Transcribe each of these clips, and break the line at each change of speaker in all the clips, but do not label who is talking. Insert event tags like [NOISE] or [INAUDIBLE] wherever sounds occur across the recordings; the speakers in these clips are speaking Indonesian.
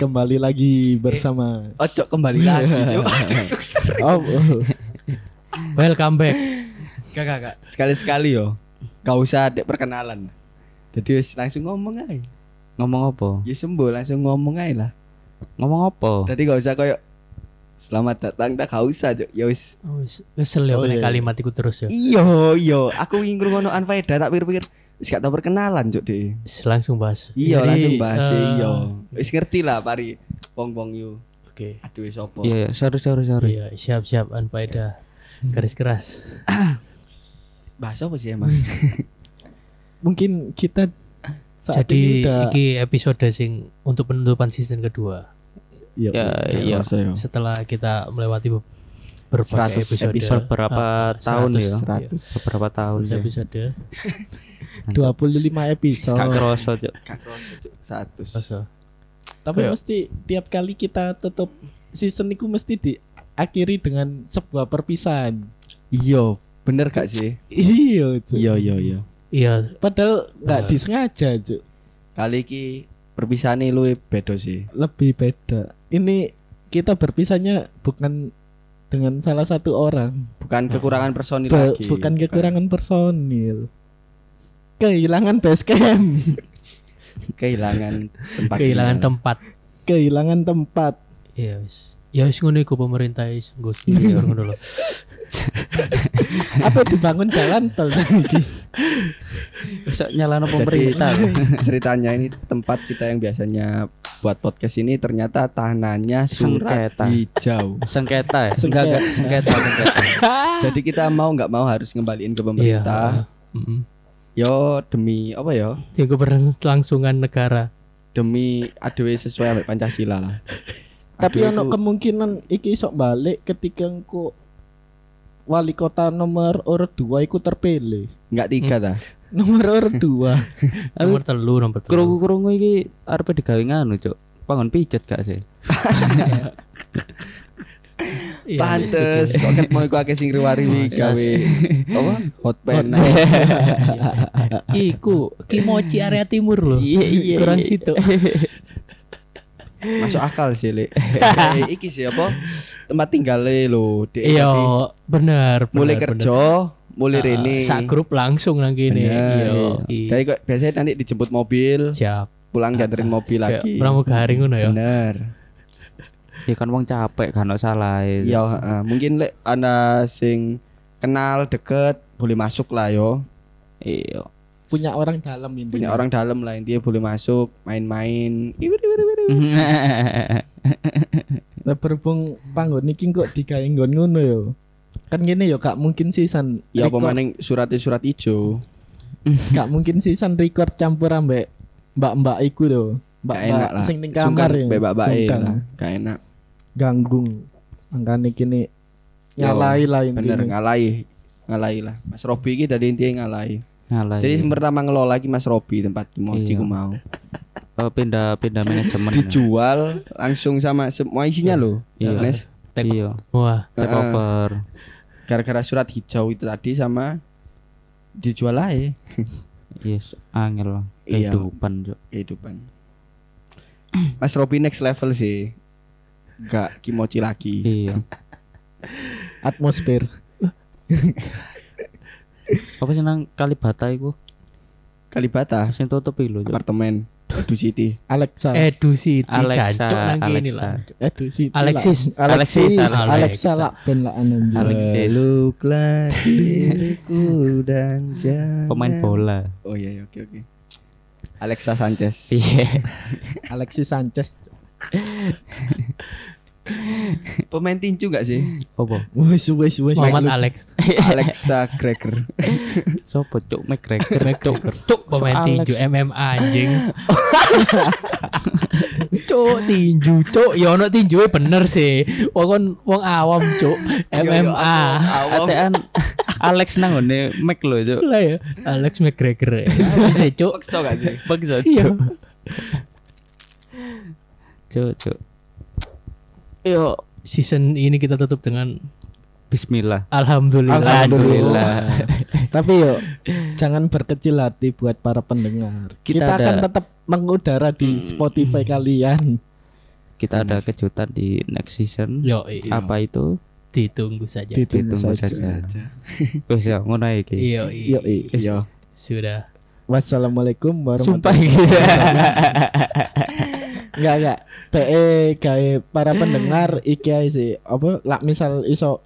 kembali lagi bersama
Ojo kembali lagi, Cuk.
Oh,
Welcome back.
Gak, gak, gak. Sekali-sekali yo. Gak usah dek perkenalan. Jadi wis langsung ngomong aja.
Ngomong apa?
Ya sembuh langsung ngomong aja lah.
Ngomong apa?
Jadi gak usah koyo Selamat datang, tak gak usah, Cuk. Ya wis.
Oh, wis- Kesel ya
Oh,
kena
iya.
kalimat iku terus ya.
Iyo, iyo. Aku ingin ngono Anfaida tak pikir-pikir wis gak tau perkenalan, Cuk, deh.
Wis Langsung bahas.
Iya,
Jadi,
langsung bahas
eh,
iya. Wis ngerti lah pari wong-wong yo.
Oke.
Aduh, wis opo?
Iya, iya, sorry sorry sorry.
Iya, siap-siap Anfaida. Garis keras.
Bahas apa sih emang?
mungkin kita saat
Jadi
ini udah
iki episode sing untuk penutupan season kedua
Ya,
Ya, iya.
setelah kita melewati be- berbagai
100
episode,
episode,
Berapa
Ah,
tahun ya?
100, iya.
Beberapa tahun
100
ya.
episode.
25
Gak
episode.
kerasa, Cuk.
Kakak Cuk, 100.
Masa?
Tapi
Kayak-
mesti tiap kali kita tutup season itu mesti diakhiri dengan sebuah perpisahan.
Iya, bener gak sih?
Iya, Cuk.
Iya, iya, iya.
Iya,
Padahal nggak
Benar.
disengaja, Cuk.
Kali iki perpisahan lu bedo sih.
Lebih beda. Ini kita berpisahnya bukan dengan salah satu orang,
Bukan kekurangan personil
Be-
lagi.
bukan kekurangan personil. Kehilangan basecamp, [LAUGHS]
kehilangan tempat. Iya.
kehilangan
tinggal.
tempat.
kehilangan tempat.
Iya, wis. Ya wis ngono iku pemerintah wis nggo sponsor ngono lho.
Apa dibangun jalan
[LAUGHS]
tol lagi?
Bisa nyalano
Jadi,
pemerintah.
ceritanya ini tempat kita yang biasanya buat podcast ini ternyata tanahnya surat
Sengketa.
hijau.
sengketa ya?
Sengketa.
Enggak, enggak, sengketa, [LAUGHS] sengketa.
Jadi kita mau nggak mau harus ngembaliin ke
Iya.
pemerintah.
heeh.
Yo demi apa yo?
Ya keberlangsungan negara.
Demi aduh sesuai sama Pancasila lah.
Tapi
Aduh,
ono
itu-
kemungkinan iki sok balik ketika engko wali kota nomor urut dua iku terpilih. [LAUGHS]
nggak tiga ta?
Hmm.
Nomor urut dua.
Tapi-
Nomor telu, nomor telu.
Kerungu-kerungu iki arepe digawe nganu, Cuk. Pangon pijet gak sih?
Iya,
Pantes [LAUGHS] kok
setuju. Oh,
ketemu iku akeh sing riwari
Mas,
gawe [LAUGHS] apa? Hotpen.
Iku Kimochi area timur loh.
Iya, iya,
Kurang
iya.
situ.
Masuk akal sih,
[LAUGHS]
Lek. Eh, Iki sih apa? Tempat tinggal lo. Dek,
Iya,
tadi
bener, bener.
Mulai kerja, mulai rene.
Sak grup langsung nang kene.
Bener.
Iya.
Dari kok biasanya nanti dijemput mobil,
Siap.
pulang dianterin mobil
Kayak
lagi.
Pramugari ngono ya.
Bener.
Ya kan wong capek, kan ono salah.
Iya,
[LAUGHS]
heeh. mungkin Lek ana sing kenal deket boleh masuk lah yo.
Iya.
Punya orang dalam
Punya
intinya.
orang dalam lah intinya boleh masuk, main-main.
Lah berhubung panggon iki kok digawe nggon ngono yo. Kan gini yo gak mungkin sisan
Ya apa
record,
maning surat-surat ijo.
gak mungkin sisan record campur ambek mbak-mbak iku lho.
Gak enak
Mbak-mbak
lah.
sing ning kamar
Sungkan
ya.
mbek mbak-mbake
Sungkan.
lah. Gak enak.
Ganggung. Angkane kini nyalai lah
Ya, Bener
intinya.
ngalai. Ngalai lah. Mas Robi iki dari intinya ngalai.
Ah,
Ngalah.
iya.
Jadi
Jadi
yang pertama ngelola lagi Mas Robi tempat Kimochi
Iya.
ku mau.
pindah-pindah Oh, manajemen. ya.
Dijual langsung sama semua isinya loh.
Iya.
Nes.
Take-
Iya,
Wah,
take
Heeh.
over.
Gara-gara surat hijau itu tadi sama dijual aja
Yes, angel lah.
Iya.
kehidupan, Cuk.
kehidupan. Mas Robi next level sih. Gak Kimochi lagi.
Iya.
Atmosfer.
Apa sih nang Kalibata iku?
Kalibata
Sing tutup iki lho, Cuk.
apartemen Edu City.
Alexa.
Edu City
Alexa,
jancuk nang kene
Alexa.
lah.
Aduh si
Alexis.
Alexis,
Alexis,
Alexa,
Alexa.
lah ben lah anu, anjing.
Alexis.
Peluklah diriku [LAUGHS] dan jangan
Pemain bola.
Oh iya, iya, oke oke. Alexa Sanchez.
Iya.
Alexis Sanchez.
Pemain tinju gak [LAUGHS] sih?
Apa?
Wes wes wes.
Muhammad
Lucu.
Alex.
Alexa Gregor.
Sopo Cuk McGregor. Cuk.
Cuk pemain
Alex.
tinju MMA anjing.
[LAUGHS]
cuk tinju cuk ya ono tinju bener sih. Wong kon wong awam cuk MMA.
Atean [LAUGHS] Alex nang ngene Mac lho, Cuk.
Lah ya Alex
[LAUGHS]
McGregor. Bisa cuk.
Pekso gak sih?
Bangsa,
Iya.
ya, Cuk. Cuk, Cuk. Yo,
Season ini kita tutup dengan
bismillah.
alhamdulillah.
Alhamdulillah.
Alhamdulillah.
Tapi yuk jangan berkecil hati buat para pendengar. Kita,
Kita ada-
akan tetap mengudara di Spotify kalian.
kita ada kejutan di next season.
Yo, iya.
Apa itu?
Ya, ditunggu saja.
Ditunggu
Ditunggu
saja.
saja. Wis ya ngono iki.
Iya,
Yo, eh. i.
iya.
Wis.
Yo.
Sudah.
Wassalamualaikum
Sumpah
warahmatullahi
iki.
Enggak enggak. PE kae E, para pendengar iki ae sih. Apa lak misal iso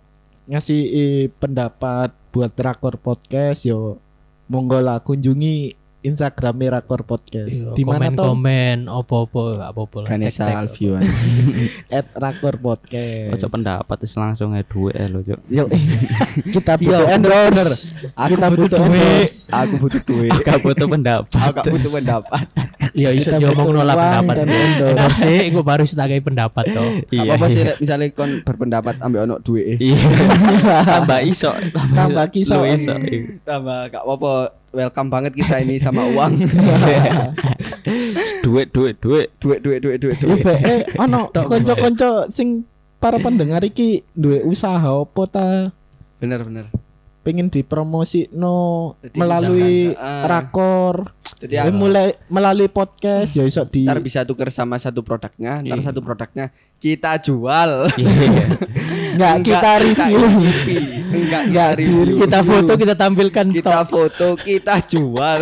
ngasih eh, pendapat buat Rakor Podcast yo monggo lah kunjungi Instagram Rakor Podcast.
Iya,
Di mana tuh?
Komen-komen opo-opo, nggak apa-apa lah.
Ganesha
Tag-tag.
Alfiwan.
Rakor Podcast.
Ojo pendapat terus langsung ae duwe ae lho, Cuk.
Yo. [LAUGHS] kita butuh endorse. Kita butuh endorse.
[LAUGHS] Aku butuh duit.
Gak butuh pendapat.
Aku gak butuh [LAUGHS] pendapat.
Iya, iso
Kita butuh
diomong nolak
uang
pendapat.
dan endorse.
Endor sih, gue baru sebagai pendapat toh.
Apa apa sih Rek, misalnya kon berpendapat ambek ono duit.
Iya. Tambah Iya. iso,
Tambah kisah.
lu iso.
Tambah gak apa-apa. Welcome banget kita ini sama uang. [LAUGHS]
Duit, duit, duit.
duit duit duit duit duit.
IPE eh, ono
Tok,
kanca-kanca sing para pendengar iki duwe usaha opo ta?
Bener bener.
pengen dipromosi no
Jadi
melalui
misalkan, ah.
rakor
Jadi
Eh,
aku-
mulai melalui podcast ya iso di
ntar bisa tuker sama satu produknya, ntar satu produknya kita jual.
[LAUGHS] nggak kita review [LAUGHS]
Enggak
Nggak,
kita review.
Kita foto, kita tampilkan
kita
toh.
foto, kita jual.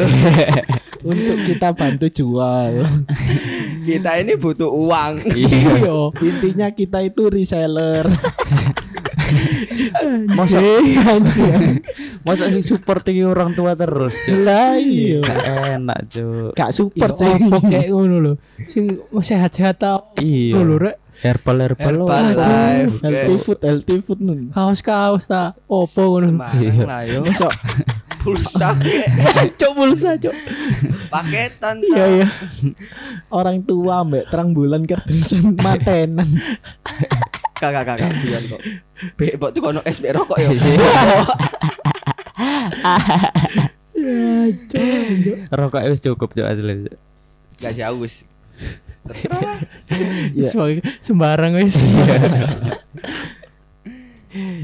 untuk kita bantu jual
kita ini butuh uang.
Iya.
intinya kita itu reseller
Masa
[LAUGHS]
Masa sing support iki orang tua terus, Cuk.
lah iya
[LAUGHS] Nggak Enak, Cuk.
gak
Iya,
support sih
opo kayak ngono lho. Sing sehat-sehat tau.
Iya.
Lho, Rek.
Herbal
Herbal
herbal. Waduh.
life.
[LAUGHS] healthy food healthy food nun
Kaos-kaos ta. Opo ngono.
Sembarang lah yo.
Iso.
Pulsa kek.
[LAUGHS] Cok pulsa, cok.
paketan. tak.
Iya, iya.
orang tua mbak terang bulan keterusan matenan
Kakak kakak biar kok. Be, mbok tuh kono es be rokok yo.
Ya, cok, cok.
Rokoknya wis cukup, Cuk, asli. Cuk.
Gak jauh wis.
Ya.
Sebagai- Sembarang wis. [LAUGHS]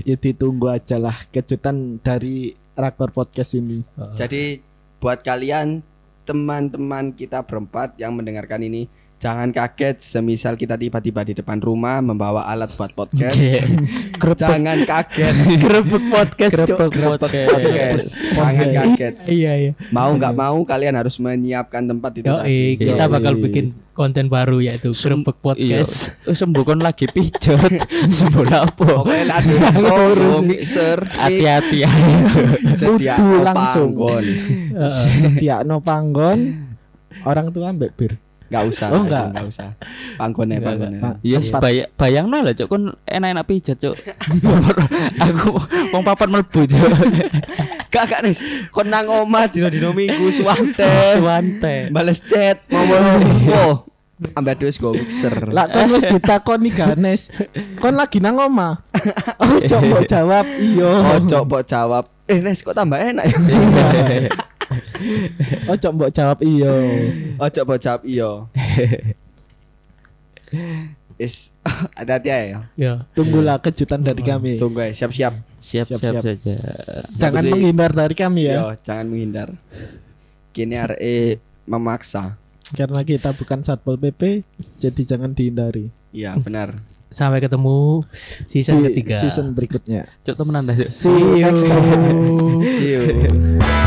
ya ditunggu aja lah kejutan dari rakor podcast ini
Jadi buat kalian teman-teman kita berempat yang mendengarkan ini jangan kaget semisal kita tiba-tiba di depan rumah membawa alat buat podcast. jangan kaget.
Grebek podcast, cok.
Kerepek podcast.
Podcast. Jangan kaget.
Iya, iya.
Mau nggak mau kalian harus menyiapkan tempat itu.
Yo, eh,
tadi.
kita
Yoi.
bakal bikin konten baru yaitu
Sem-
Grebek Podcast.
Iya. Eh, Sembuh kon lagi pijat.
[LAUGHS]
Sembuh lapo.
Pokoknya lah ada mikro,
Ngurus.
mixer,
Hati-hati aja.
sedia
Nudu langsung.
panggon.
Heeh.
Setia no panggon orang tua mbak bir
Nggak usah.
Oh, nggak.
nggak usah. Panggonnya,
Nggak,
panggonnya.
nggak.
Iya, yes,
Empat.
bayang, bayang lah cok, kon enak-enak pijat cok. [LAUGHS] aku wong papat melbu
[LAUGHS]
cok.
Gak gak nih. Kon nang omah dino dino minggu suwante.
Suwante.
Bales chat ngomong opo. Ambil duit gue mixer. [LAUGHS]
Lah kon wis ditakoni Ganes. Kon lagi nang oma. Oh, coba jawab
Oh,
iya.
cok mbok jawab. Eh, Nes kok tambah enak ya?
Oh, coba mbok jawab iya.
Oh, cok mbok jawab iya. Is [LAUGHS] ada hati ya.
Ya.
Tunggulah kejutan dari kami.
Tunggu ya, siap-siap.
Siap-siap
Siap-siap.
saja.
Jangan
Jadi-
menghindar dari kami ya,
Yo, jangan menghindar. Kini RE memaksa.
karena kita bukan Satpol PP, jadi jangan dihindari.
Iya, benar.
Sampai ketemu season
Di
ketiga.
season berikutnya.
Cok temenan dah cok.
See you next time.
See you.